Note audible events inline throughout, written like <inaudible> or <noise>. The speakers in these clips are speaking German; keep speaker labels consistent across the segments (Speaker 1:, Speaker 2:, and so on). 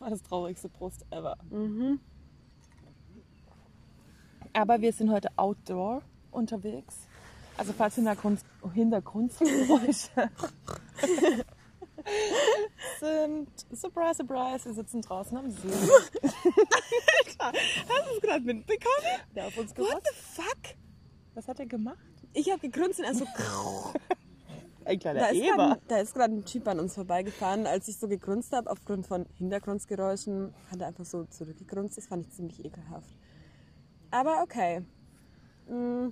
Speaker 1: war das traurigste Prost ever.
Speaker 2: Mhm.
Speaker 1: Aber wir sind heute outdoor unterwegs. Also falls Hintergrund, <laughs> Hintergrundgeräusche sind, surprise, surprise, wir sitzen draußen am
Speaker 2: <laughs>
Speaker 1: See.
Speaker 2: Hast du es gerade mitbekommen?
Speaker 1: Der auf uns
Speaker 2: What
Speaker 1: gepasst.
Speaker 2: the fuck?
Speaker 1: Was hat er gemacht?
Speaker 2: Ich habe gegrunzt und
Speaker 1: <laughs>
Speaker 2: er so. krrr.
Speaker 1: Ein kleiner
Speaker 2: Da ist grad ein- da ist gerade ein Typ an uns vorbeigefahren. Als ich so gegrunzt habe, aufgrund von Hintergrundgeräuschen, hat er einfach so zurückgegrunzt. Das fand ich ziemlich ekelhaft. Aber okay. Mm,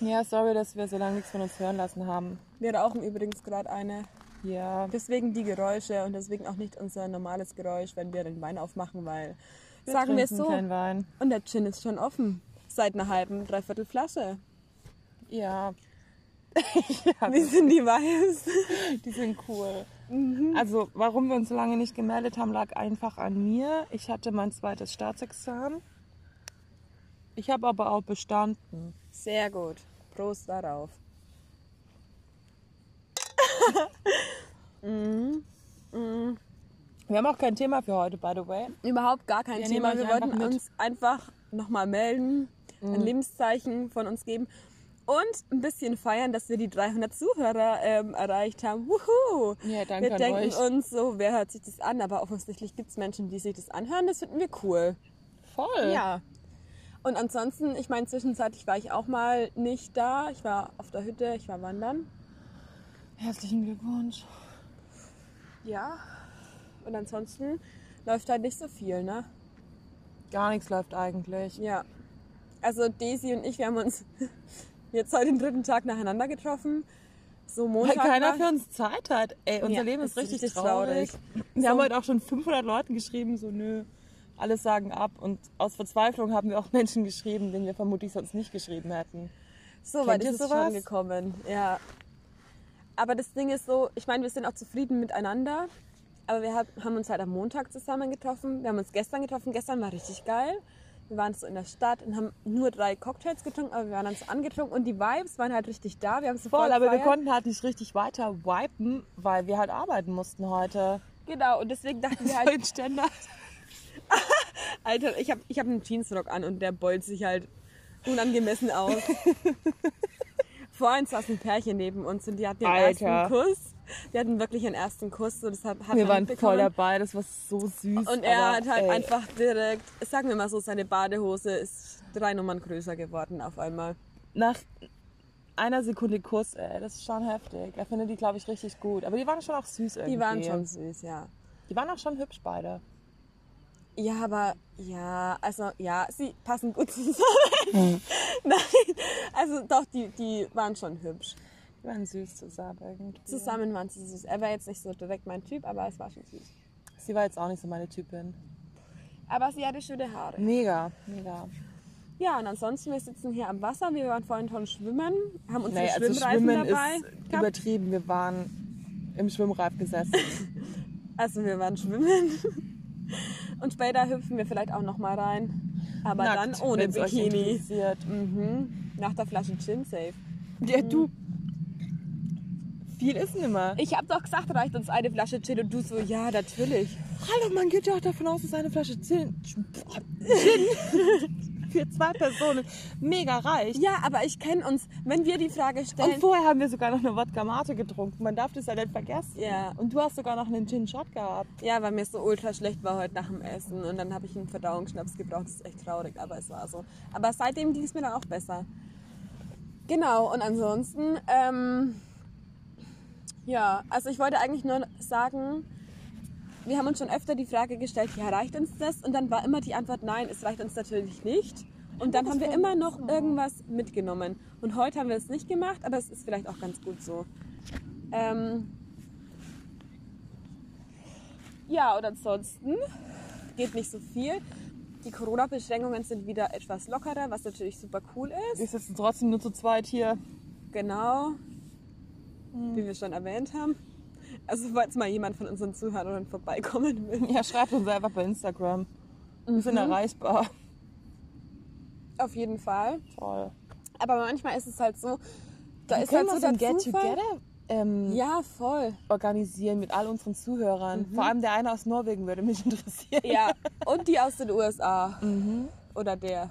Speaker 1: Ja, sorry, dass wir so lange nichts von uns hören lassen haben.
Speaker 2: Wir rauchen übrigens gerade eine.
Speaker 1: Ja,
Speaker 2: Deswegen die Geräusche und deswegen auch nicht unser normales Geräusch, wenn wir den Wein aufmachen, weil,
Speaker 1: wir
Speaker 2: sagen wir es
Speaker 1: trinken
Speaker 2: so,
Speaker 1: keinen Wein.
Speaker 2: und der Gin ist schon offen. Seit einer halben, dreiviertel Flasche.
Speaker 1: Ja,
Speaker 2: Wir sind die Weiß.
Speaker 1: die sind cool. Also, warum wir uns so lange nicht gemeldet haben, lag einfach an mir. Ich hatte mein zweites Staatsexamen. Ich habe aber auch bestanden.
Speaker 2: Sehr gut. Prost darauf.
Speaker 1: Wir haben auch kein Thema für heute, by the way.
Speaker 2: Überhaupt gar kein
Speaker 1: Wir nehmen euch
Speaker 2: Thema. Wir
Speaker 1: einfach Mhm.
Speaker 2: wollten
Speaker 1: mit.
Speaker 2: uns einfach nochmal melden, ein Lebenszeichen von uns geben und ein bisschen feiern, dass wir die 300 Zuhörer ähm, erreicht haben. Wuhu!
Speaker 1: Ja, danke
Speaker 2: wir
Speaker 1: an
Speaker 2: denken
Speaker 1: euch.
Speaker 2: uns so, wer hört sich das an? Aber offensichtlich gibt es Menschen, die sich das anhören. Das finden wir cool.
Speaker 1: Voll.
Speaker 2: Ja. Und ansonsten, ich meine, zwischenzeitlich war ich auch mal nicht da. Ich war auf der Hütte, ich war wandern.
Speaker 1: Herzlichen Glückwunsch.
Speaker 2: Ja. Und ansonsten läuft halt nicht so viel, ne?
Speaker 1: Gar nichts läuft eigentlich.
Speaker 2: Ja. Also Daisy und ich, wir haben uns <laughs> jetzt heute den dritten Tag nacheinander getroffen. So
Speaker 1: Weil
Speaker 2: Montag.
Speaker 1: keiner
Speaker 2: war-
Speaker 1: für uns Zeit hat. Ey, unser
Speaker 2: Ja,
Speaker 1: Leben ist
Speaker 2: das ist
Speaker 1: richtig,
Speaker 2: richtig
Speaker 1: traurig.
Speaker 2: traurig.
Speaker 1: Wir
Speaker 2: So.
Speaker 1: haben heute auch schon 500 Leuten geschrieben, so nö, alles sagen ab. Und aus Verzweiflung haben wir auch <laughs> Menschen geschrieben, denen wir vermutlich sonst nicht geschrieben hätten.
Speaker 2: so weit
Speaker 1: Kennt ihr
Speaker 2: ist es
Speaker 1: sowas?
Speaker 2: schon gekommen. Ja. Aber das Ding ist so, ich meine, wir sind auch zufrieden miteinander. Aber wir hab, haben uns halt am Montag zusammen getroffen. Wir haben uns gestern getroffen. Gestern war richtig geil. Wir waren so in der Stadt und haben nur drei Cocktails getrunken, aber wir waren dann so angetrunken und die Vibes waren halt richtig da. Wir haben so
Speaker 1: Voll, aber wir
Speaker 2: gefeiert.
Speaker 1: konnten halt nicht richtig weiter wipen, weil wir halt arbeiten mussten heute.
Speaker 2: Genau, und deswegen
Speaker 1: <laughs>
Speaker 2: dachten wir halt,
Speaker 1: Voll Ständer.
Speaker 2: Alter, ich habe ich hab einen Jeansrock an und der beult sich halt
Speaker 1: <laughs>
Speaker 2: unangemessen aus. Vorhin saß ein Pärchen neben uns und die hatten ihren
Speaker 1: Alter.
Speaker 2: ersten Kuss. Die hatten wirklich ihren ersten Kuss und das hat, hat
Speaker 1: Wir waren
Speaker 2: man
Speaker 1: voll
Speaker 2: mitbekommen.
Speaker 1: dabei, das war so süß.
Speaker 2: Und er
Speaker 1: aber,
Speaker 2: hat halt
Speaker 1: ey,
Speaker 2: einfach direkt, sagen wir mal so, seine Badehose ist drei Nummern größer geworden auf einmal.
Speaker 1: Nach einer Sekunde Kuss, ey, das ist schon heftig. Er findet die, glaube ich, richtig gut. Aber die waren schon auch süß irgendwie.
Speaker 2: Die waren schon süß, ja.
Speaker 1: Die waren auch schon hübsch beide.
Speaker 2: Ja, aber ja, also ja, sie
Speaker 1: <laughs>
Speaker 2: passen gut <laughs> zusammen. Nein, also doch, die, die waren schon hübsch.
Speaker 1: Die waren süß zusammen irgendwie.
Speaker 2: Zusammen waren sie süß. Er war jetzt nicht so direkt mein Typ, aber es war schon süß.
Speaker 1: Sie war jetzt auch nicht so meine Typin.
Speaker 2: Aber sie hatte schöne Haare.
Speaker 1: Mega, mega.
Speaker 2: Ja, und ansonsten, wir sitzen hier am Wasser. Wir waren vorhin schon schwimmen, haben unsere
Speaker 1: also
Speaker 2: Schwimmreifen dabei.
Speaker 1: ist
Speaker 2: gehabt.
Speaker 1: übertrieben. Wir waren im Schwimmreif gesessen.
Speaker 2: also wir waren schwimmen. <laughs> Und später hüpfen wir vielleicht auch nochmal rein. Aber
Speaker 1: Nackt,
Speaker 2: dann ohne
Speaker 1: wenn's euch
Speaker 2: Bikini.
Speaker 1: interessiert.
Speaker 2: Mhm. Nach der Flasche Gin safe.
Speaker 1: Ja, du. Mhm. Viel ist nimmer.
Speaker 2: Ich hab doch gesagt, reicht uns eine Flasche Gin und du so, ja, natürlich.
Speaker 1: Hallo, man geht ja auch davon aus, dass eine Flasche Gin, Gin <laughs> für zwei Personen mega reicht.
Speaker 2: Ja, aber ich kenne uns. Wenn wir die Frage
Speaker 1: Und
Speaker 2: stellen,
Speaker 1: vorher haben wir sogar noch eine Wodka Mate getrunken. Man darf das ja nicht vergessen.
Speaker 2: Ja.
Speaker 1: Und du hast sogar noch einen Gin Shot gehabt.
Speaker 2: Ja, weil mir so ultra schlecht war heute nach dem Essen und dann habe ich einen Verdauungsschnaps gebraucht. Das ist echt traurig, aber es war so. Aber seitdem ging es mir dann auch besser. Genau, und ansonsten, ähm, ja, also ich wollte eigentlich nur sagen, wir haben uns schon öfter die Frage gestellt, ja, reicht uns das? Und dann war immer die Antwort, nein, es reicht uns natürlich nicht. Und dann haben wir immer noch irgendwas mitgenommen. Und heute haben wir es nicht gemacht, aber es ist vielleicht auch ganz gut so. Ähm, ja, und ansonsten geht nicht so viel. Die Corona-Beschränkungen sind wieder etwas lockerer, was natürlich super cool ist.
Speaker 1: Wir sitzen trotzdem nur zu zweit hier.
Speaker 2: Genau,
Speaker 1: Hm.
Speaker 2: wie wir schon erwähnt haben. Also falls mal jemand von unseren Zuhörern vorbeikommen will.
Speaker 1: Ja, schreibt uns einfach bei Instagram. Wir sind erreichbar.
Speaker 2: Auf jeden Fall.
Speaker 1: Toll.
Speaker 2: Aber manchmal ist es halt so, da ist
Speaker 1: können
Speaker 2: halt so
Speaker 1: wir so ein
Speaker 2: der Zufall.
Speaker 1: Get-Together ähm,
Speaker 2: Ja, voll.
Speaker 1: organisieren mit all unseren Zuhörern. Vor allem der eine aus Norwegen würde mich <laughs> interessieren.
Speaker 2: Ja, <laughs> Mhm. und die aus den USA. Oder der.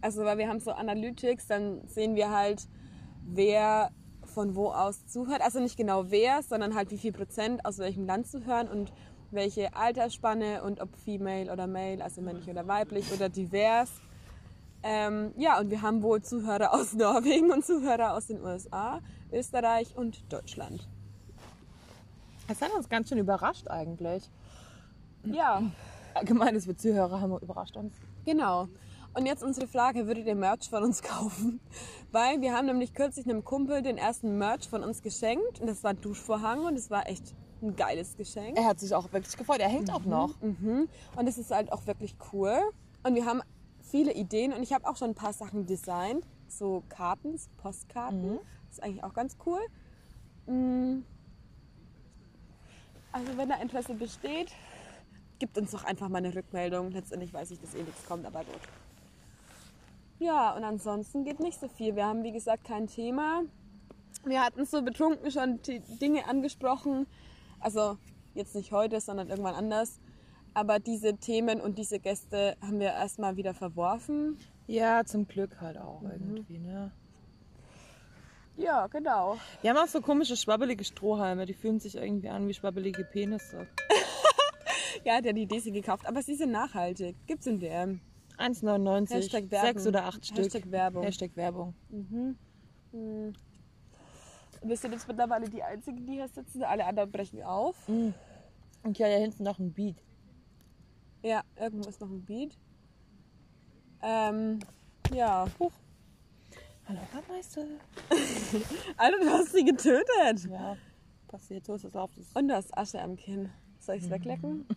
Speaker 2: Also, weil wir haben so Analytics, dann sehen wir halt, wer von wo aus zuhört. Also nicht genau wer, sondern halt wie viel Prozent aus welchem Land zuhören und welche Altersspanne und ob female oder male, also männlich oder weiblich oder divers. Ähm, ja, und wir haben wohl Zuhörer aus <laughs> Norwegen und Zuhörer aus den USA, Österreich und Deutschland.
Speaker 1: Das hat uns ganz schön überrascht eigentlich.
Speaker 2: Ja,
Speaker 1: Allgemein, dass wir Zuhörer haben, überrascht uns.
Speaker 2: Genau. Und jetzt unsere Frage, würdet ihr Merch von uns <laughs> kaufen? Weil wir haben nämlich kürzlich einem Kumpel den ersten Merch von uns geschenkt. Und das war ein Duschvorhang und das war echt ein geiles Geschenk.
Speaker 1: Er hat sich auch wirklich gefreut. Er hängt auch noch.
Speaker 2: Mhm. Und es ist halt auch wirklich cool. Und wir haben viele Ideen und ich habe auch schon ein paar Sachen designt. So Karten, so Postkarten. Das ist eigentlich auch ganz cool. Mm. Also wenn da Interesse besteht, gibt uns doch einfach mal eine Rückmeldung. Letztendlich weiß ich, dass eh nichts kommt, aber gut. Ja, und ansonsten geht nicht so viel. Wir haben, wie gesagt, kein Thema. Wir hatten so betrunken schon die Dinge angesprochen. Also jetzt nicht heute, sondern irgendwann anders. Aber diese Themen und diese Gäste haben wir erstmal wieder verworfen.
Speaker 1: Ja, zum Glück halt auch irgendwie, ne?
Speaker 2: Ja, genau.
Speaker 1: Wir haben auch so komische, schwabbelige Strohhalme. Die fühlen sich irgendwie an wie schwabbelige Penisse.
Speaker 2: Ja, der hat die Idee sie gekauft. Aber sie sind nachhaltig. Gibt's in DM.
Speaker 1: 1,99.
Speaker 2: Hashtag Werbung.
Speaker 1: Sechs oder acht Stück.
Speaker 2: Hashtag Werbung.
Speaker 1: Hashtag Werbung.
Speaker 2: Hm. Wir sind jetzt mittlerweile die Einzigen, die hier sitzen. Alle anderen brechen auf.
Speaker 1: Und ja, da hinten noch ein Beat.
Speaker 2: Ja, irgendwo ist noch ein Beat. Ähm, ja. Huch.
Speaker 1: Hallo, Meister.
Speaker 2: Alter, du hast sie getötet.
Speaker 1: Ja, passiert. So ist es auf. Das
Speaker 2: Und du hast Asche am Kinn. Soll ich es <laughs> weglecken?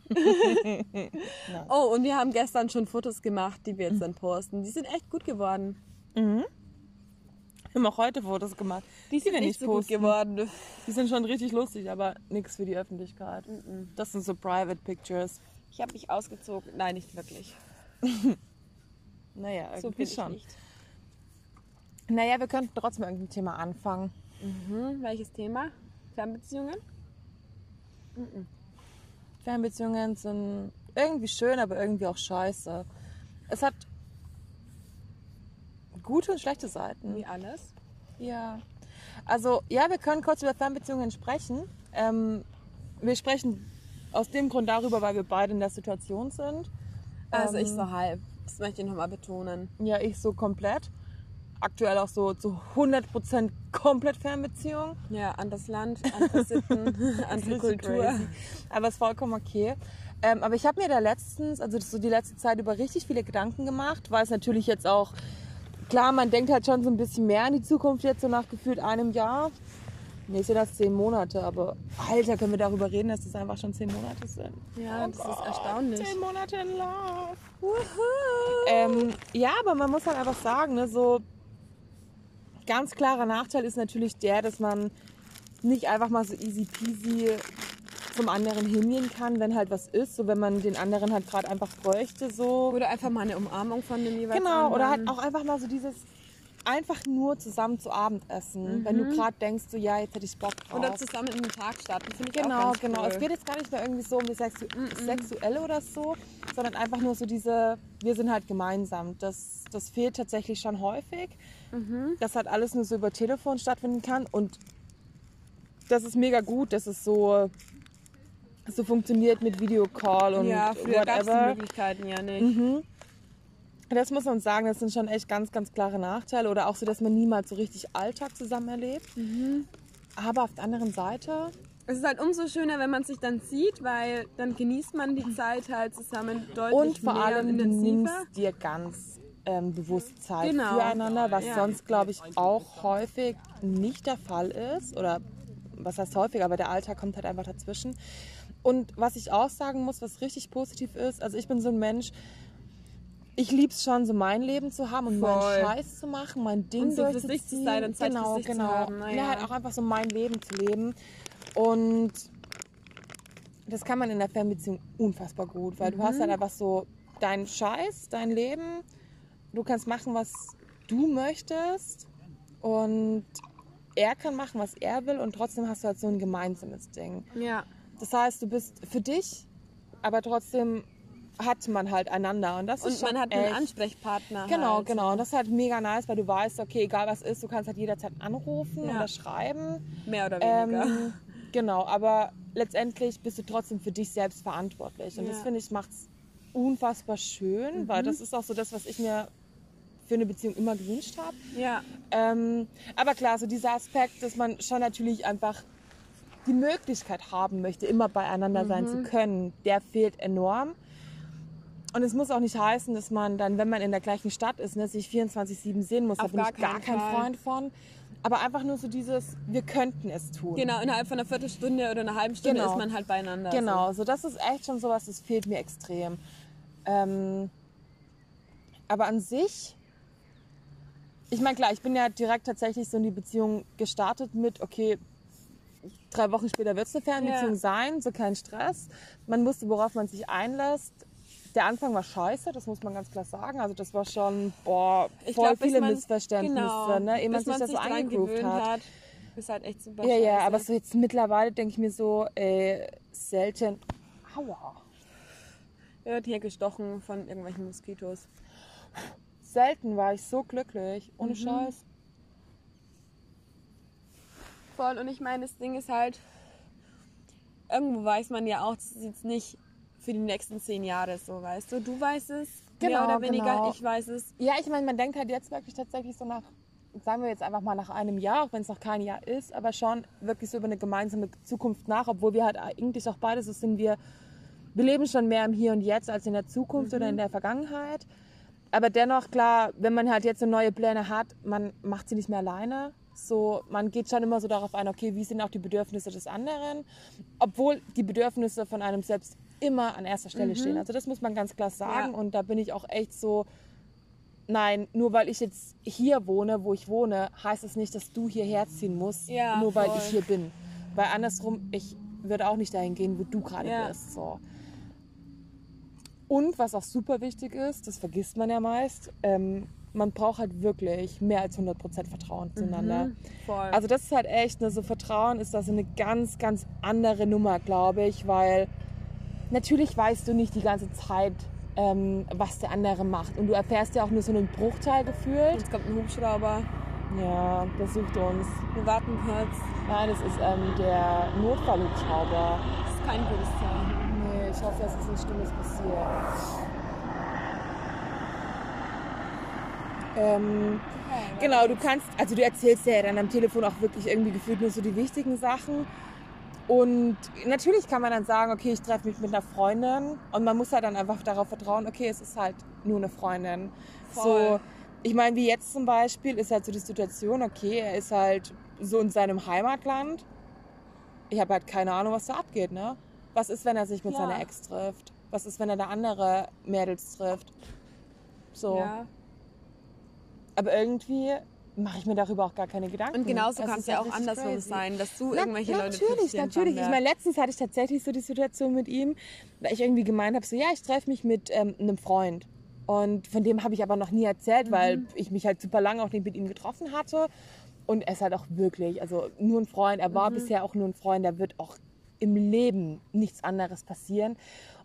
Speaker 1: Nein.
Speaker 2: oh, und wir haben gestern schon Fotos gemacht, die wir jetzt dann posten. Die sind echt gut geworden.
Speaker 1: Wir haben auch heute Fotos gemacht.
Speaker 2: Die sind
Speaker 1: wir
Speaker 2: echt so gut
Speaker 1: posten.
Speaker 2: geworden.
Speaker 1: Die sind schon richtig lustig, aber nichts für die Öffentlichkeit. Das sind so Private Pictures.
Speaker 2: Ich habe mich ausgezogen. Nein, nicht wirklich.
Speaker 1: Naja, irgendwie
Speaker 2: So bin
Speaker 1: schon.
Speaker 2: ich nicht.
Speaker 1: Naja, wir könnten trotzdem irgendein Thema anfangen.
Speaker 2: Hm, welches Thema? Fernbeziehungen?
Speaker 1: Fernbeziehungen sind irgendwie schön, aber irgendwie auch scheiße. Es hat gute und schlechte Seiten.
Speaker 2: Wie alles?
Speaker 1: Ja. Also, ja, wir können kurz über Fernbeziehungen sprechen. Ähm, wir sprechen aus dem Grund darüber, weil wir beide in der Situation sind.
Speaker 2: Also
Speaker 1: Ähm,
Speaker 2: ich so halb. Das möchte ich nochmal betonen.
Speaker 1: Ja, ich so komplett. Aktuell auch so zu 100% komplett Fernbeziehung.
Speaker 2: Ja, anderes Land, andere <laughs> Sitten, andere
Speaker 1: Bisschen
Speaker 2: Kultur.
Speaker 1: crazy. Aber ist vollkommen okay. Ähm, aber ich habe mir da letztens, also so die letzte Zeit über richtig viele Gedanken gemacht, weil es natürlich jetzt auch, klar, man denkt halt schon so ein bisschen mehr an die Zukunft jetzt, so nach gefühlt einem Jahr. Nee, sind das zehn Monate, aber Alter, können wir darüber reden, dass das einfach schon zehn Monate sind.
Speaker 2: Ja, das ist erstaunlich.
Speaker 1: Zehn Monate in Love. Ähm, ja, aber man muss halt einfach sagen, ne, so ganz klarer Nachteil ist natürlich der, dass man nicht einfach mal so easy peasy zum anderen hingehen kann, wenn halt was ist, so wenn man den anderen halt gerade einfach bräuchte, so.
Speaker 2: Oder einfach mal eine Umarmung von dem jeweils
Speaker 1: Genau, oder halt
Speaker 2: anderen.
Speaker 1: auch einfach mal so dieses einfach nur zusammen zu Abend essen, wenn du gerade denkst, so ja, jetzt hätte ich Bock drauf.
Speaker 2: Oder zusammen in den Tag starten, finde ich
Speaker 1: Genau,
Speaker 2: auch ganz
Speaker 1: genau.
Speaker 2: Cool. Mm,
Speaker 1: Es geht jetzt gar nicht mehr irgendwie so um die Sexu Sexuelle oder so, sondern einfach nur so diese, wir sind halt gemeinsam. Das, das fehlt tatsächlich schon häufig,
Speaker 2: Mhm.
Speaker 1: dass halt alles nur so über Telefon stattfinden kann und das ist mega gut, dass es so, so funktioniert mit Videocall und
Speaker 2: ja, früher gab es die
Speaker 1: whatever.
Speaker 2: Möglichkeiten ja nicht.
Speaker 1: Das muss man sagen, das sind schon echt ganz, ganz klare Nachteile oder auch so, dass man niemals so richtig Alltag zusammen erlebt.
Speaker 2: Mhm.
Speaker 1: Aber auf der anderen Seite,
Speaker 2: Es ist halt umso schöner, wenn man sich dann sieht, weil dann genießt man die Zeit halt zusammen deutlich
Speaker 1: Und vor
Speaker 2: mehr
Speaker 1: allem du
Speaker 2: intensiver.
Speaker 1: nimmst dir ganz ähm, bewusst Zeit
Speaker 2: Genau.
Speaker 1: füreinander, was
Speaker 2: Ja.
Speaker 1: sonst, glaube ich, auch häufig nicht der Fall ist. Oder was heißt häufig, aber der Alltag kommt halt einfach dazwischen. Und was ich auch sagen muss, was richtig positiv ist, also ich bin so ein Mensch, ich liebe es schon, so mein Leben zu haben und
Speaker 2: Voll.
Speaker 1: meinen Scheiß zu machen, mein Ding
Speaker 2: Und um so für sich zu
Speaker 1: durchzuziehen.
Speaker 2: sein und Zeit für
Speaker 1: genau,
Speaker 2: sich zu
Speaker 1: genau.
Speaker 2: haben, na
Speaker 1: ja,
Speaker 2: ja.
Speaker 1: halt auch einfach so mein Leben zu leben. Und das kann man in der Fernbeziehung unfassbar gut, weil du
Speaker 2: Mhm.
Speaker 1: hast halt einfach so deinen Scheiß, dein Leben. Du kannst machen, was du möchtest. Und er kann machen, was er will und trotzdem hast du halt so ein gemeinsames Ding.
Speaker 2: Ja.
Speaker 1: Das heißt, du bist für dich, aber trotzdem hat man halt einander und das
Speaker 2: Und
Speaker 1: ist schon
Speaker 2: man hat
Speaker 1: echt,
Speaker 2: einen Ansprechpartner.
Speaker 1: Genau,
Speaker 2: halt.
Speaker 1: genau. Und das ist halt mega nice, weil du weißt, okay, egal was ist, du kannst halt jederzeit anrufen
Speaker 2: Ja.
Speaker 1: oder schreiben.
Speaker 2: Mehr oder weniger.
Speaker 1: Ähm, genau, aber letztendlich bist du trotzdem für dich selbst verantwortlich. Und das
Speaker 2: Ja. Mhm.
Speaker 1: finde ich macht's unfassbar schön, weil das ist auch so das, was ich mir für eine Beziehung immer gewünscht habe.
Speaker 2: ja.
Speaker 1: Ähm, aber klar, so dieser Aspekt, dass man schon natürlich einfach die Möglichkeit haben möchte, immer beieinander sein
Speaker 2: Mhm.
Speaker 1: zu können, der fehlt enorm. Und es muss auch nicht heißen, dass man dann, wenn man in der gleichen Stadt ist, ne, sich 24-7 sehen muss. Da
Speaker 2: Auf
Speaker 1: bin
Speaker 2: gar
Speaker 1: ich gar
Speaker 2: keinen
Speaker 1: kein
Speaker 2: Fall.
Speaker 1: Freund von. Aber einfach nur so dieses, wir könnten es tun.
Speaker 2: Genau, innerhalb von einer Viertelstunde oder einer halben Stunde
Speaker 1: Genau.
Speaker 2: ist man halt beieinander.
Speaker 1: Genau, so das ist echt schon sowas, das fehlt mir extrem. Ähm, aber an sich, ich meine, klar, ich bin ja direkt tatsächlich so in die Beziehung gestartet mit, okay, drei Wochen später wird es eine Fernbeziehung
Speaker 2: Ja.
Speaker 1: sein, so kein Stress. Man wusste, worauf man sich einlässt. Der Anfang war scheiße, das muss man ganz klar sagen. Also das war schon, boah,
Speaker 2: So. Ich
Speaker 1: voll
Speaker 2: glaub, bis
Speaker 1: viele
Speaker 2: man-
Speaker 1: Missverständnisse,
Speaker 2: genau,
Speaker 1: ne? ehe man
Speaker 2: bis
Speaker 1: sich das so
Speaker 2: dran
Speaker 1: eingegroovt
Speaker 2: gewöhnt
Speaker 1: hat.
Speaker 2: Ist halt echt super
Speaker 1: Ja, ja,
Speaker 2: scheiße.
Speaker 1: aber so jetzt mittlerweile denke ich mir so, äh, selten. Aua.
Speaker 2: Er wird hier gestochen von irgendwelchen Moskitos.
Speaker 1: Selten war ich so glücklich. Ohne Scheiß.
Speaker 2: Voll, und ich meine, das Ding ist halt, irgendwo weiß man ja auch, das ist jetzt nicht für die nächsten zehn Jahre so, weißt du? Du weißt es, mehr
Speaker 1: Genau,
Speaker 2: oder weniger,
Speaker 1: genau.
Speaker 2: ich weiß es.
Speaker 1: Ja, ich meine, man denkt halt jetzt wirklich tatsächlich so nach, sagen wir jetzt einfach mal nach einem Jahr, auch wenn es noch kein Jahr ist, aber schon wirklich so über eine gemeinsame Zukunft nach, obwohl wir halt eigentlich auch beide so sind, wir, wir leben schon mehr im Hier und Jetzt als in der Zukunft oder in der Vergangenheit. Aber dennoch, klar, wenn man halt jetzt so neue Pläne hat, man macht sie nicht mehr alleine. So, man geht schon immer so darauf ein, okay, wie sind auch die Bedürfnisse des anderen, obwohl die Bedürfnisse von einem selbst immer an erster Stelle stehen. Also das muss man ganz klar sagen
Speaker 2: Ja.
Speaker 1: und da bin ich auch echt so, nein, nur weil ich jetzt hier wohne, wo ich wohne, heißt es nicht, dass du hierher ziehen musst,
Speaker 2: Ja,
Speaker 1: nur weil
Speaker 2: voll.
Speaker 1: ich hier bin. Weil andersrum, ich würde auch nicht dahin gehen, wo du gerade
Speaker 2: Ja.
Speaker 1: bist. So. Und was auch super wichtig ist, das vergisst man ja meist, ähm, man braucht halt wirklich mehr als 100%
Speaker 2: Mhm.
Speaker 1: Vertrauen
Speaker 2: ne?
Speaker 1: zueinander.
Speaker 2: Voll.
Speaker 1: Also das ist halt echt, ne, so Vertrauen ist da so eine ganz, ganz andere Nummer, glaube ich, weil natürlich weißt du nicht die ganze Zeit, ähm, was der andere macht. Und du erfährst ja auch nur so einen Bruchteil gefühlt.
Speaker 2: Jetzt kommt ein Hubschrauber,
Speaker 1: Ja, das sucht uns.
Speaker 2: wir warten kurz.
Speaker 1: Nein, das ist ähm, der Notfallhubschrauber.
Speaker 2: Das ist kein gutes Zeichen.
Speaker 1: Nee, ich hoffe, es ist nichts Schlimmes passiert. Ähm, Genau, du kannst, also du erzählst ja dann am Telefon auch wirklich irgendwie gefühlt nur so die wichtigen Sachen. Und natürlich kann man dann sagen, okay, ich treffe mich mit einer Freundin und man muss ja dann einfach darauf vertrauen, okay, es ist halt nur eine Freundin. So,
Speaker 2: Voll.
Speaker 1: ich meine, wie jetzt zum Beispiel ist halt so die Situation, okay, er ist halt so in seinem Heimatland. Ich habe halt keine Ahnung, was da abgeht, ne? Was ist, wenn er sich mit
Speaker 2: Ja.
Speaker 1: seiner Ex trifft? Was ist, wenn er da andere Mädels trifft? So.
Speaker 2: Ja.
Speaker 1: Aber irgendwie mache ich mir darüber auch gar keine Gedanken.
Speaker 2: Und genauso
Speaker 1: Es
Speaker 2: kann es
Speaker 1: ist
Speaker 2: ja
Speaker 1: halt
Speaker 2: auch
Speaker 1: richtig
Speaker 2: andersrum
Speaker 1: crazy.
Speaker 2: sein, dass du
Speaker 1: Na,
Speaker 2: irgendwelche Leute
Speaker 1: natürlich,
Speaker 2: triffst, die
Speaker 1: natürlich.
Speaker 2: einfach
Speaker 1: Ich meine, letztens hatte ich tatsächlich so die Situation mit ihm, weil ich irgendwie gemeint habe, so ja, ich treffe mich mit ähm, einem Freund. Und von dem habe ich aber noch nie erzählt,
Speaker 2: Mhm.
Speaker 1: weil ich mich halt super lange auch nicht mit ihm getroffen hatte. Und er ist halt auch wirklich, also nur ein Freund. Er
Speaker 2: Mhm.
Speaker 1: war bisher auch nur ein Freund. Da wird auch im Leben nichts anderes passieren.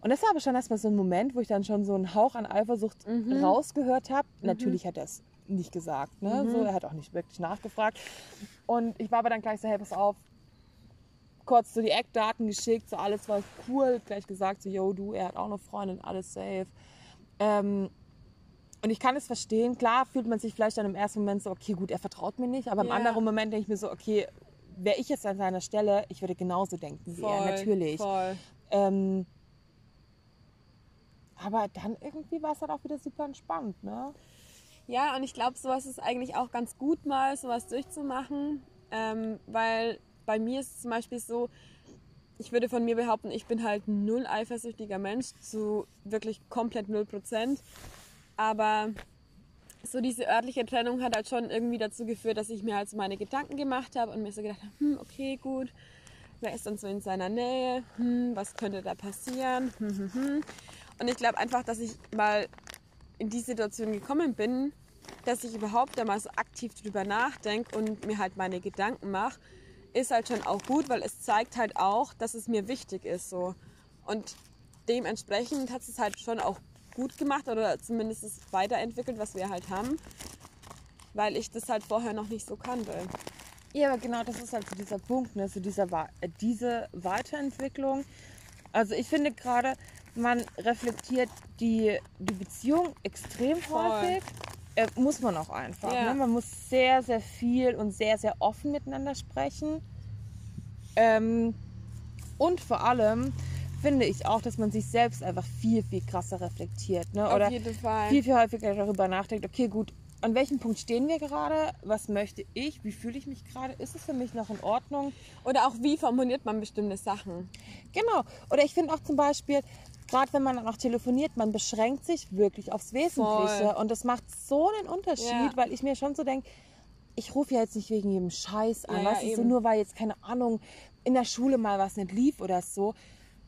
Speaker 1: Und das war aber schon erstmal so ein Moment, wo ich dann schon so einen Hauch an Eifersucht
Speaker 2: Mhm.
Speaker 1: rausgehört habe. Natürlich hat er es nicht gesagt. Ne?
Speaker 2: Mhm.
Speaker 1: So, er hat auch nicht wirklich nachgefragt. Und ich war aber dann gleich so, hey, pass auf, kurz so die Eckdaten geschickt, so alles war cool, gleich gesagt, so, yo, du, er hat auch eine Freundin, alles safe. Ähm, und ich kann es verstehen, klar fühlt man sich vielleicht dann im ersten Moment so, okay, gut, er vertraut mir nicht, aber im
Speaker 2: Ja.
Speaker 1: anderen Moment denke ich mir so, okay, wäre ich jetzt an seiner Stelle, ich würde genauso denken wie er,
Speaker 2: Voll,
Speaker 1: natürlich.
Speaker 2: Voll.
Speaker 1: Ähm, aber dann irgendwie war es halt auch wieder super entspannt, ne?
Speaker 2: Ja, und ich glaube, sowas ist eigentlich auch ganz gut, mal sowas durchzumachen, ähm, weil bei mir ist es zum Beispiel so, ich würde von mir behaupten, ich bin halt ein null eifersüchtiger Mensch, zu wirklich komplett null Prozent. Aber so diese örtliche Trennung hat halt schon irgendwie dazu geführt, dass ich mir halt so meine Gedanken gemacht habe und mir so gedacht habe, hm, okay, gut, wer ist denn so in seiner Nähe, hm, was könnte da passieren, hm, hm, hm. Und ich glaube einfach, dass ich mal in die Situation gekommen bin, dass ich überhaupt da mal so aktiv drüber nachdenke und mir halt meine Gedanken mache, ist halt schon auch gut, weil es zeigt halt auch, dass es mir wichtig ist so. Und dementsprechend hat es halt schon auch gut gemacht oder zumindest es weiterentwickelt, was wir halt haben, weil ich das halt vorher noch nicht so kannte.
Speaker 1: Ja, aber genau, das ist halt so dieser Punkt, ne? so dieser, Wa- äh, diese Weiterentwicklung. Also ich finde gerade, man reflektiert die, die Beziehung extrem
Speaker 2: Voll.
Speaker 1: häufig. Äh, muss man auch einfach.
Speaker 2: Ja.
Speaker 1: Ne? Man muss sehr, sehr viel und sehr, sehr offen miteinander sprechen. Ähm, und vor allem finde ich auch, dass man sich selbst einfach viel, viel krasser reflektiert. Ne? Oder
Speaker 2: Auf jeden Fall.
Speaker 1: viel, viel häufiger darüber nachdenkt, okay, gut, an welchem Punkt stehen wir gerade? Was möchte ich? Wie fühle ich mich gerade? Ist es für mich noch in Ordnung?
Speaker 2: Oder auch wie formuliert man bestimmte Sachen.
Speaker 1: Genau. Oder ich finde auch zum Beispiel, gerade wenn man dann auch telefoniert, man beschränkt sich wirklich aufs Wesentliche.
Speaker 2: Voll.
Speaker 1: Und das macht so einen Unterschied,
Speaker 2: Ja.
Speaker 1: weil ich mir schon so denke, ich rufe ja jetzt nicht wegen jedem Scheiß an.
Speaker 2: Ja, ja,
Speaker 1: weißt du, so
Speaker 2: eben.
Speaker 1: nur weil jetzt, keine Ahnung, in der Schule mal was nicht lief oder so.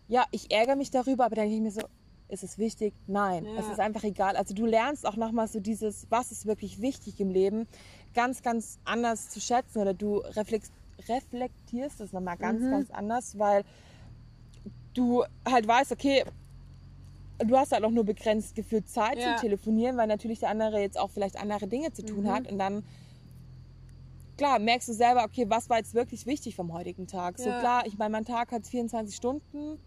Speaker 1: Ja, ich ärgere mich darüber, aber dann denke ich mir so, ist es wichtig? Nein,
Speaker 2: Ja.
Speaker 1: es ist einfach egal. Also du lernst auch nochmal so dieses, was ist wirklich wichtig im Leben, ganz, ganz anders zu schätzen oder du reflex- reflektierst es nochmal ganz,
Speaker 2: Mhm.
Speaker 1: ganz anders, weil du halt weißt, okay, du hast halt auch nur begrenzt gefühlt Zeit
Speaker 2: Ja. Mhm.
Speaker 1: zum Telefonieren, weil natürlich der andere jetzt auch vielleicht andere Dinge zu tun hat und dann klar merkst du selber, okay, was war jetzt wirklich wichtig vom heutigen Tag? So
Speaker 2: Ja.
Speaker 1: klar, ich meine, mein Tag hat 24 Stunden.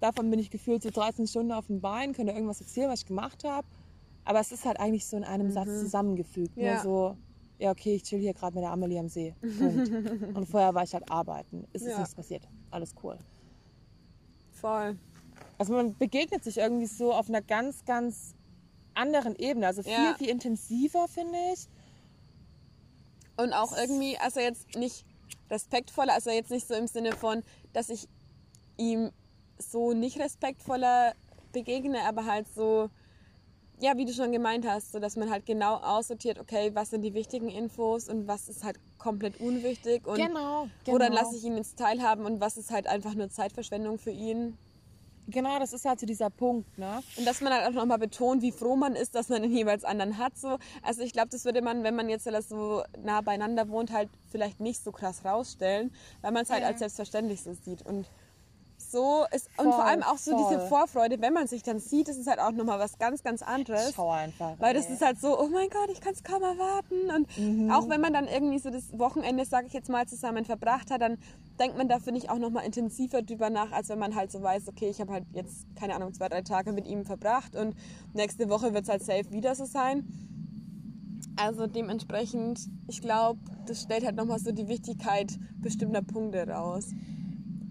Speaker 1: Davon bin ich gefühlt so 13 Stunden auf dem Bein, könnte irgendwas erzählen, was ich gemacht habe. Aber es ist halt eigentlich so in einem Satz zusammengefügt. Ne?
Speaker 2: Mhm. Ja.
Speaker 1: So, ja, okay, ich chill hier gerade mit der Amelie am See.
Speaker 2: <laughs>
Speaker 1: Punkt. und vorher war ich halt arbeiten. Es ist
Speaker 2: Ja.
Speaker 1: nichts passiert. Alles cool.
Speaker 2: Voll.
Speaker 1: Also man begegnet sich irgendwie so auf einer ganz, ganz anderen Ebene. Also viel,
Speaker 2: Ja.
Speaker 1: viel intensiver, finde ich.
Speaker 2: Und auch irgendwie, also jetzt nicht respektvoller, also jetzt nicht so im Sinne von, dass ich ihm so nicht respektvoller begegne, aber halt so, ja, wie du schon gemeint hast, so dass man halt genau aussortiert, okay, was sind die wichtigen Infos und was ist halt komplett unwichtig und
Speaker 1: genau,
Speaker 2: woran lasse ich ihn jetzt teilhaben und was ist halt einfach nur Zeitverschwendung für ihn.
Speaker 1: Genau, das ist halt so dieser Punkt, ne?
Speaker 2: Und dass man halt auch nochmal betont, wie froh man ist, dass man den jeweils anderen hat. So. Also ich glaube, das würde man, wenn man jetzt so nah beieinander wohnt, halt vielleicht nicht so krass rausstellen, weil man es halt
Speaker 1: Ja.
Speaker 2: als selbstverständlich so sieht. Und so ist, und vor
Speaker 1: Mhm. Voll,
Speaker 2: allem auch so diese
Speaker 1: voll.
Speaker 2: Vorfreude, wenn man sich dann sieht, das ist halt auch nochmal was ganz, ganz anderes.
Speaker 1: Schau einfach.
Speaker 2: Weil das
Speaker 1: ey.
Speaker 2: ist halt so, oh mein Gott, ich kann es kaum erwarten. Und auch wenn man dann irgendwie so das Wochenende, sage ich jetzt mal, zusammen verbracht hat, dann denkt man da, finde ich, auch nochmal intensiver drüber nach, als wenn man halt so weiß, okay, ich habe halt jetzt, keine Ahnung, zwei, drei Tage mit ihm verbracht und nächste Woche wird es halt safe wieder so sein. Also dementsprechend, ich glaube, das stellt halt nochmal so die Wichtigkeit bestimmter Punkte raus.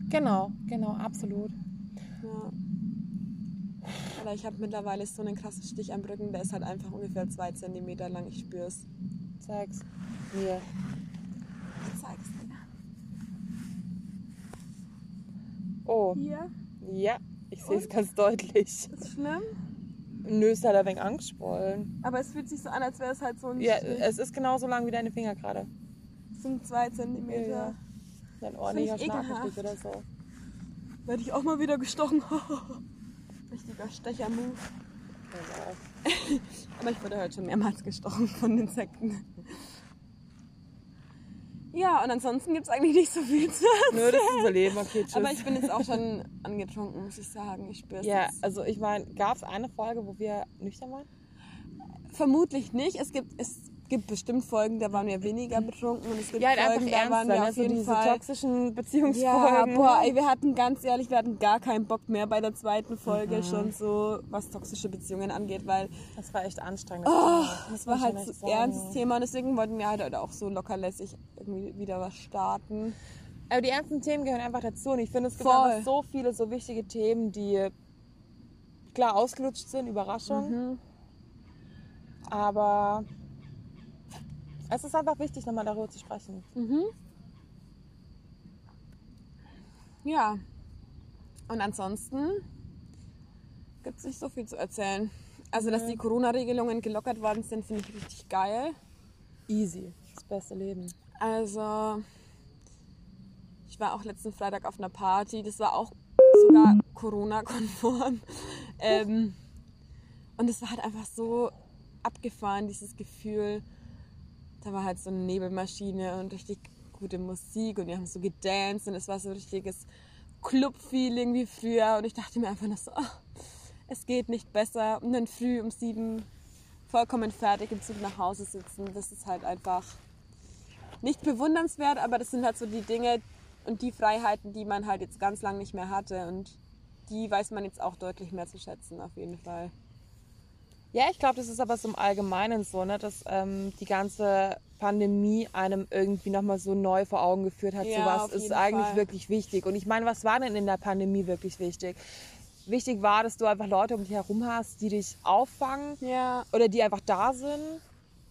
Speaker 1: Genau, genau, absolut.
Speaker 2: Ja. Aber ich habe mittlerweile so einen krassen Stich am Rücken, der ist halt einfach ungefähr zwei Zentimeter lang, ich spür's.
Speaker 1: Zeig's mir.
Speaker 2: Ich zeig's dir.
Speaker 1: Oh,
Speaker 2: Hier?
Speaker 1: ja, ich sehe es
Speaker 2: Und?
Speaker 1: ganz deutlich.
Speaker 2: Ist schlimm,
Speaker 1: Nö, ist halt ein wenig angeschwollen.
Speaker 2: aber es fühlt sich so an, als wäre es halt so ein
Speaker 1: Ja, äh,
Speaker 2: Stich.
Speaker 1: es ist genauso lang wie deine Finger gerade.
Speaker 2: sind zwei Zentimeter.
Speaker 1: Ja. Ein ordentlicher
Speaker 2: ich
Speaker 1: Schnabelstich
Speaker 2: ekelhaft.
Speaker 1: oder so.
Speaker 2: Werde ich auch mal wieder gestochen. <laughs> Richtiger Stecher-Move.
Speaker 1: Genau.
Speaker 2: Aber ich wurde heute schon mehrmals gestochen von Insekten. Ja, und ansonsten gibt es eigentlich nicht so viel zu
Speaker 1: Nö, das ist Überleben, okay, tschüss.
Speaker 2: <laughs> Aber ich bin jetzt
Speaker 1: <laughs>
Speaker 2: auch schon angetrunken, muss ich sagen. Ich spür's
Speaker 1: ja,
Speaker 2: jetzt.
Speaker 1: also ich meine, gab es eine Folge, wo wir nüchtern waren?
Speaker 2: Vermutlich nicht. Es gibt, es gibt bestimmt Folgen, da waren wir weniger betrunken. Und es gibt
Speaker 1: Ja, halt einfach
Speaker 2: Folgen, da
Speaker 1: ernst
Speaker 2: waren
Speaker 1: sein,
Speaker 2: wir
Speaker 1: ne?
Speaker 2: auf
Speaker 1: so
Speaker 2: jeden
Speaker 1: diese
Speaker 2: Fall
Speaker 1: toxischen Beziehungsfolgen.
Speaker 2: Ja, boah, ey, wir hatten ganz ehrlich, wir hatten gar keinen Bock mehr bei der zweiten Folge
Speaker 1: Mhm.
Speaker 2: schon so, was toxische Beziehungen angeht, weil
Speaker 1: das war echt anstrengend. Das war-
Speaker 2: Oh, das
Speaker 1: muss
Speaker 2: war
Speaker 1: man
Speaker 2: halt
Speaker 1: schon
Speaker 2: so
Speaker 1: echt
Speaker 2: ein
Speaker 1: sagen.
Speaker 2: ernstes Thema und deswegen wollten wir halt heute auch so lockerlässig irgendwie wieder was starten.
Speaker 1: Aber die ernsten Themen gehören einfach dazu. Und ich finde, es gibt
Speaker 2: Voll.
Speaker 1: einfach so viele so wichtige Themen, die klar ausgelutscht sind,
Speaker 2: Mhm.
Speaker 1: Überraschung. Aber es ist einfach wichtig, nochmal darüber zu sprechen.
Speaker 2: Ja. Und ansonsten gibt es nicht so viel zu erzählen. Also, dass die Corona-Regelungen gelockert worden sind, finde ich richtig geil.
Speaker 1: Easy. Das beste Leben.
Speaker 2: Also, ich war auch letzten Freitag auf einer Party. Das war auch sogar <laughs> Corona-konform. Ähm, und es war halt einfach so abgefahren, dieses Gefühl. Da war halt so eine Nebelmaschine und richtig gute Musik und wir haben so gedanced und es war so ein richtiges Club-Feeling wie früher und ich dachte mir einfach nur so, "Ah, es geht nicht besser und dann früh um sieben vollkommen fertig im Zug nach Hause sitzen, das ist halt einfach nicht bewundernswert, aber das sind halt so die Dinge und die Freiheiten, die man halt jetzt ganz lang nicht mehr hatte und die weiß man jetzt auch deutlich mehr zu schätzen auf jeden Fall.
Speaker 1: Ja, ich glaube, das ist aber so im Allgemeinen so, ne, dass ähm, die ganze Pandemie einem irgendwie nochmal so neu vor Augen geführt hat,
Speaker 2: Ja,
Speaker 1: so was
Speaker 2: auf
Speaker 1: ist
Speaker 2: jeden
Speaker 1: eigentlich
Speaker 2: Fall.
Speaker 1: wirklich wichtig. Und ich meine, was war denn in der Pandemie wirklich wichtig? Wichtig war, dass du einfach Leute um dich herum hast, die dich auffangen
Speaker 2: Ja,
Speaker 1: oder die einfach da sind.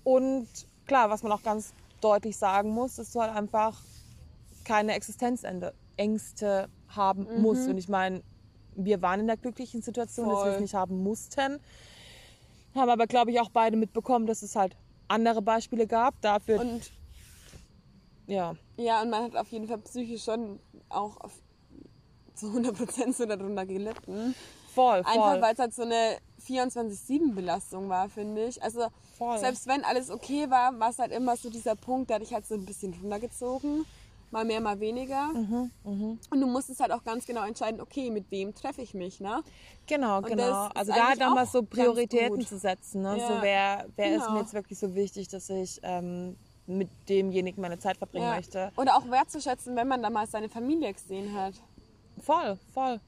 Speaker 1: Und klar, was man auch ganz deutlich sagen muss, ist, du halt einfach keine Existenzende- Ängste haben
Speaker 2: Mhm.
Speaker 1: musst. Und ich meine, wir waren in der glücklichen Situation, dass wir es
Speaker 2: Voll.
Speaker 1: nicht haben mussten. Haben aber, glaube ich, auch beide mitbekommen, dass es halt andere Beispiele gab. Dafür,
Speaker 2: und
Speaker 1: ja.
Speaker 2: Ja, und man hat auf jeden Fall psychisch schon auch auf zu 100% so darunter gelitten.
Speaker 1: Voll, voll.
Speaker 2: Einfach weil es halt so eine 24-7-Belastung war, finde ich. Also
Speaker 1: Voll.
Speaker 2: selbst wenn alles okay war, war es halt immer so dieser Punkt, der dich halt so ein bisschen runtergezogen. Mal mehr, mal weniger.
Speaker 1: Mhm,
Speaker 2: Und du musstest halt auch ganz genau entscheiden, okay, mit wem treffe ich mich, ne?
Speaker 1: Genau,
Speaker 2: Und
Speaker 1: genau.
Speaker 2: das ist
Speaker 1: Also da
Speaker 2: eigentlich
Speaker 1: dann mal
Speaker 2: auch
Speaker 1: so
Speaker 2: ganz
Speaker 1: Prioritäten
Speaker 2: gut.
Speaker 1: zu setzen. Ne?
Speaker 2: Ja,
Speaker 1: So wer, wer ist
Speaker 2: genau.
Speaker 1: mir jetzt wirklich so wichtig, dass ich ähm, mit demjenigen meine Zeit verbringen
Speaker 2: Ja.
Speaker 1: möchte.
Speaker 2: Oder auch wertzuschätzen, wenn man da mal seine Familie gesehen hat.
Speaker 1: Voll, voll.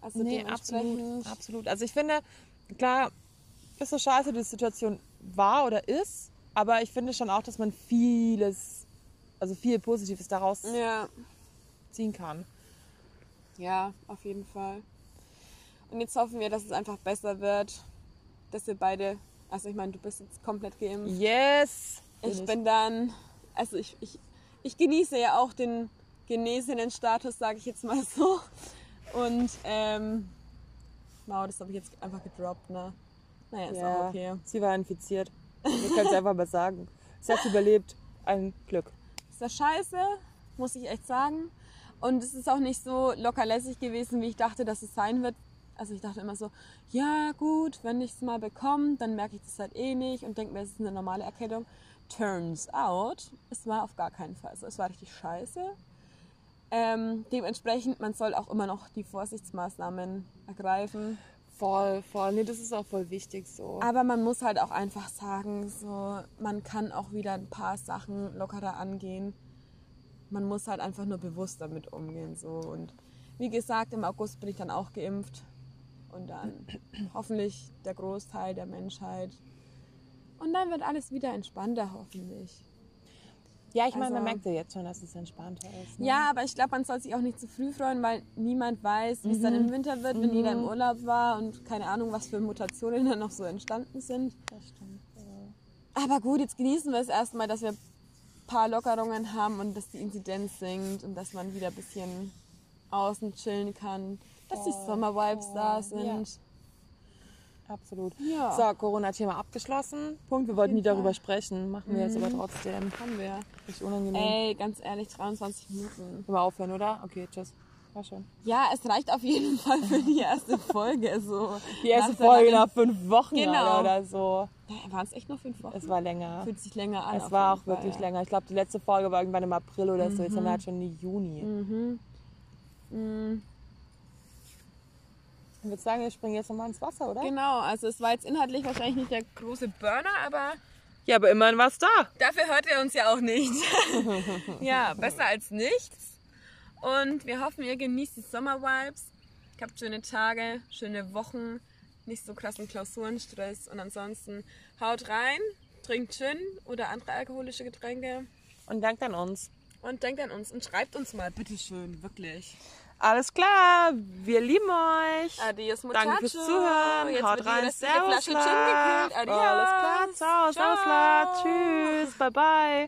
Speaker 2: Also
Speaker 1: nee,
Speaker 2: dementsprechend-
Speaker 1: absolut, absolut. Also ich finde, klar, ist so scheiße, die Situation war oder ist, aber ich finde schon auch, dass man vieles, also viel Positives daraus
Speaker 2: Ja.
Speaker 1: ziehen kann.
Speaker 2: Ja, auf jeden Fall. Und jetzt hoffen wir, dass es einfach besser wird, dass wir beide, also ich meine, du bist jetzt komplett geimpft.
Speaker 1: Yes!
Speaker 2: Ich bin dann, also ich, ich, ich genieße ja auch den genesenen Status, sage ich jetzt mal <laughs> so. Und, ähm, wow, das habe ich jetzt einfach gedroppt, ne? Naja, ist
Speaker 1: ja,
Speaker 2: auch okay.
Speaker 1: Sie war infiziert. Ich kann es einfach mal sagen. Sie hat überlebt. Ein Glück.
Speaker 2: Ist das scheiße, muss ich echt sagen. Und es ist auch nicht so lockerlässig gewesen, wie ich dachte, dass es sein wird. Also ich dachte immer so, ja gut, wenn ich es mal bekomme, dann merke ich das halt eh nicht und denke mir, es ist eine normale Erkältung. Turns out, es war auf gar keinen Fall so. Es war richtig scheiße. Ähm, dementsprechend, man soll auch immer noch die Vorsichtsmaßnahmen ergreifen.
Speaker 1: Voll, voll. Nee, das ist auch voll wichtig so.
Speaker 2: Aber man muss halt auch einfach sagen, so, man kann auch wieder ein paar Sachen lockerer angehen. Man muss halt einfach nur bewusst damit umgehen. So. Und wie gesagt, im August bin ich dann auch geimpft. Und dann hoffentlich der Großteil der Menschheit. Und dann wird alles wieder entspannter, hoffentlich.
Speaker 1: Ja, ich meine, man
Speaker 2: also-
Speaker 1: merkt ja jetzt schon, dass es entspannter ist. Ne?
Speaker 2: Ja, aber ich glaube, man soll sich auch nicht zu früh freuen, weil niemand weiß, wie es dann im Winter wird, wenn jeder im Urlaub war und keine Ahnung, was für Mutationen dann noch so entstanden sind.
Speaker 1: das stimmt.
Speaker 2: Aber gut, jetzt genießen wir es erstmal, dass wir ein paar Lockerungen haben und dass die Inzidenz sinkt und dass man wieder ein bisschen außen chillen kann. Dass die
Speaker 1: Voll,
Speaker 2: Sommervibes da
Speaker 1: voll,
Speaker 2: sind.
Speaker 1: Absolut.
Speaker 2: Ja.
Speaker 1: So, Corona-Thema abgeschlossen. Punkt, wir wollten nie darüber sprechen. Machen wir jetzt aber trotzdem.
Speaker 2: Haben wir.
Speaker 1: Ist unangenehm.
Speaker 2: Ey, ganz ehrlich, 23 Minuten.
Speaker 1: Können wir aufhören, oder? Okay, tschüss. War schön.
Speaker 2: Ja, es reicht auf jeden <laughs> Fall für die erste Folge. also. So.
Speaker 1: Die erste
Speaker 2: Nach der
Speaker 1: Folge
Speaker 2: langen-
Speaker 1: nach fünf Wochen
Speaker 2: Genau.
Speaker 1: Alter, oder so.
Speaker 2: Ja, Waren es echt nur fünf Wochen?
Speaker 1: Es war länger.
Speaker 2: Fühlt sich länger an.
Speaker 1: Es
Speaker 2: auf
Speaker 1: war
Speaker 2: jeden
Speaker 1: auch wirklich
Speaker 2: Fall, ja.
Speaker 1: länger. Ich glaube, die letzte Folge war irgendwann im April oder so. Jetzt haben wir halt schon die Juni. Ich würde sagen, wir springen jetzt nochmal ins Wasser, oder?
Speaker 2: Genau, also es war jetzt inhaltlich wahrscheinlich nicht der große Burner, aber
Speaker 1: Ja, aber immerhin war es da.
Speaker 2: Dafür hört ihr uns ja auch nicht. <laughs> ja, besser als nichts. Und wir hoffen, ihr genießt die Sommervibes. Habt schöne Tage, schöne Wochen, nicht so krassen Klausurenstress. Und ansonsten haut rein, trinkt Gin oder andere alkoholische Getränke
Speaker 1: Und dankt an uns.
Speaker 2: und denkt an uns und schreibt uns mal, bitteschön, wirklich.
Speaker 1: Alles klar, wir lieben euch.
Speaker 2: Adios, muchachos.
Speaker 1: Danke fürs Zuhören.
Speaker 2: Jetzt
Speaker 1: Haut
Speaker 2: wird
Speaker 1: rein.
Speaker 2: die restliche
Speaker 1: Servus.
Speaker 2: Flasche Gin gekühlt.
Speaker 1: Alles klar.
Speaker 2: Adios.
Speaker 1: Ciao. Servus. Tschüss. Bye bye.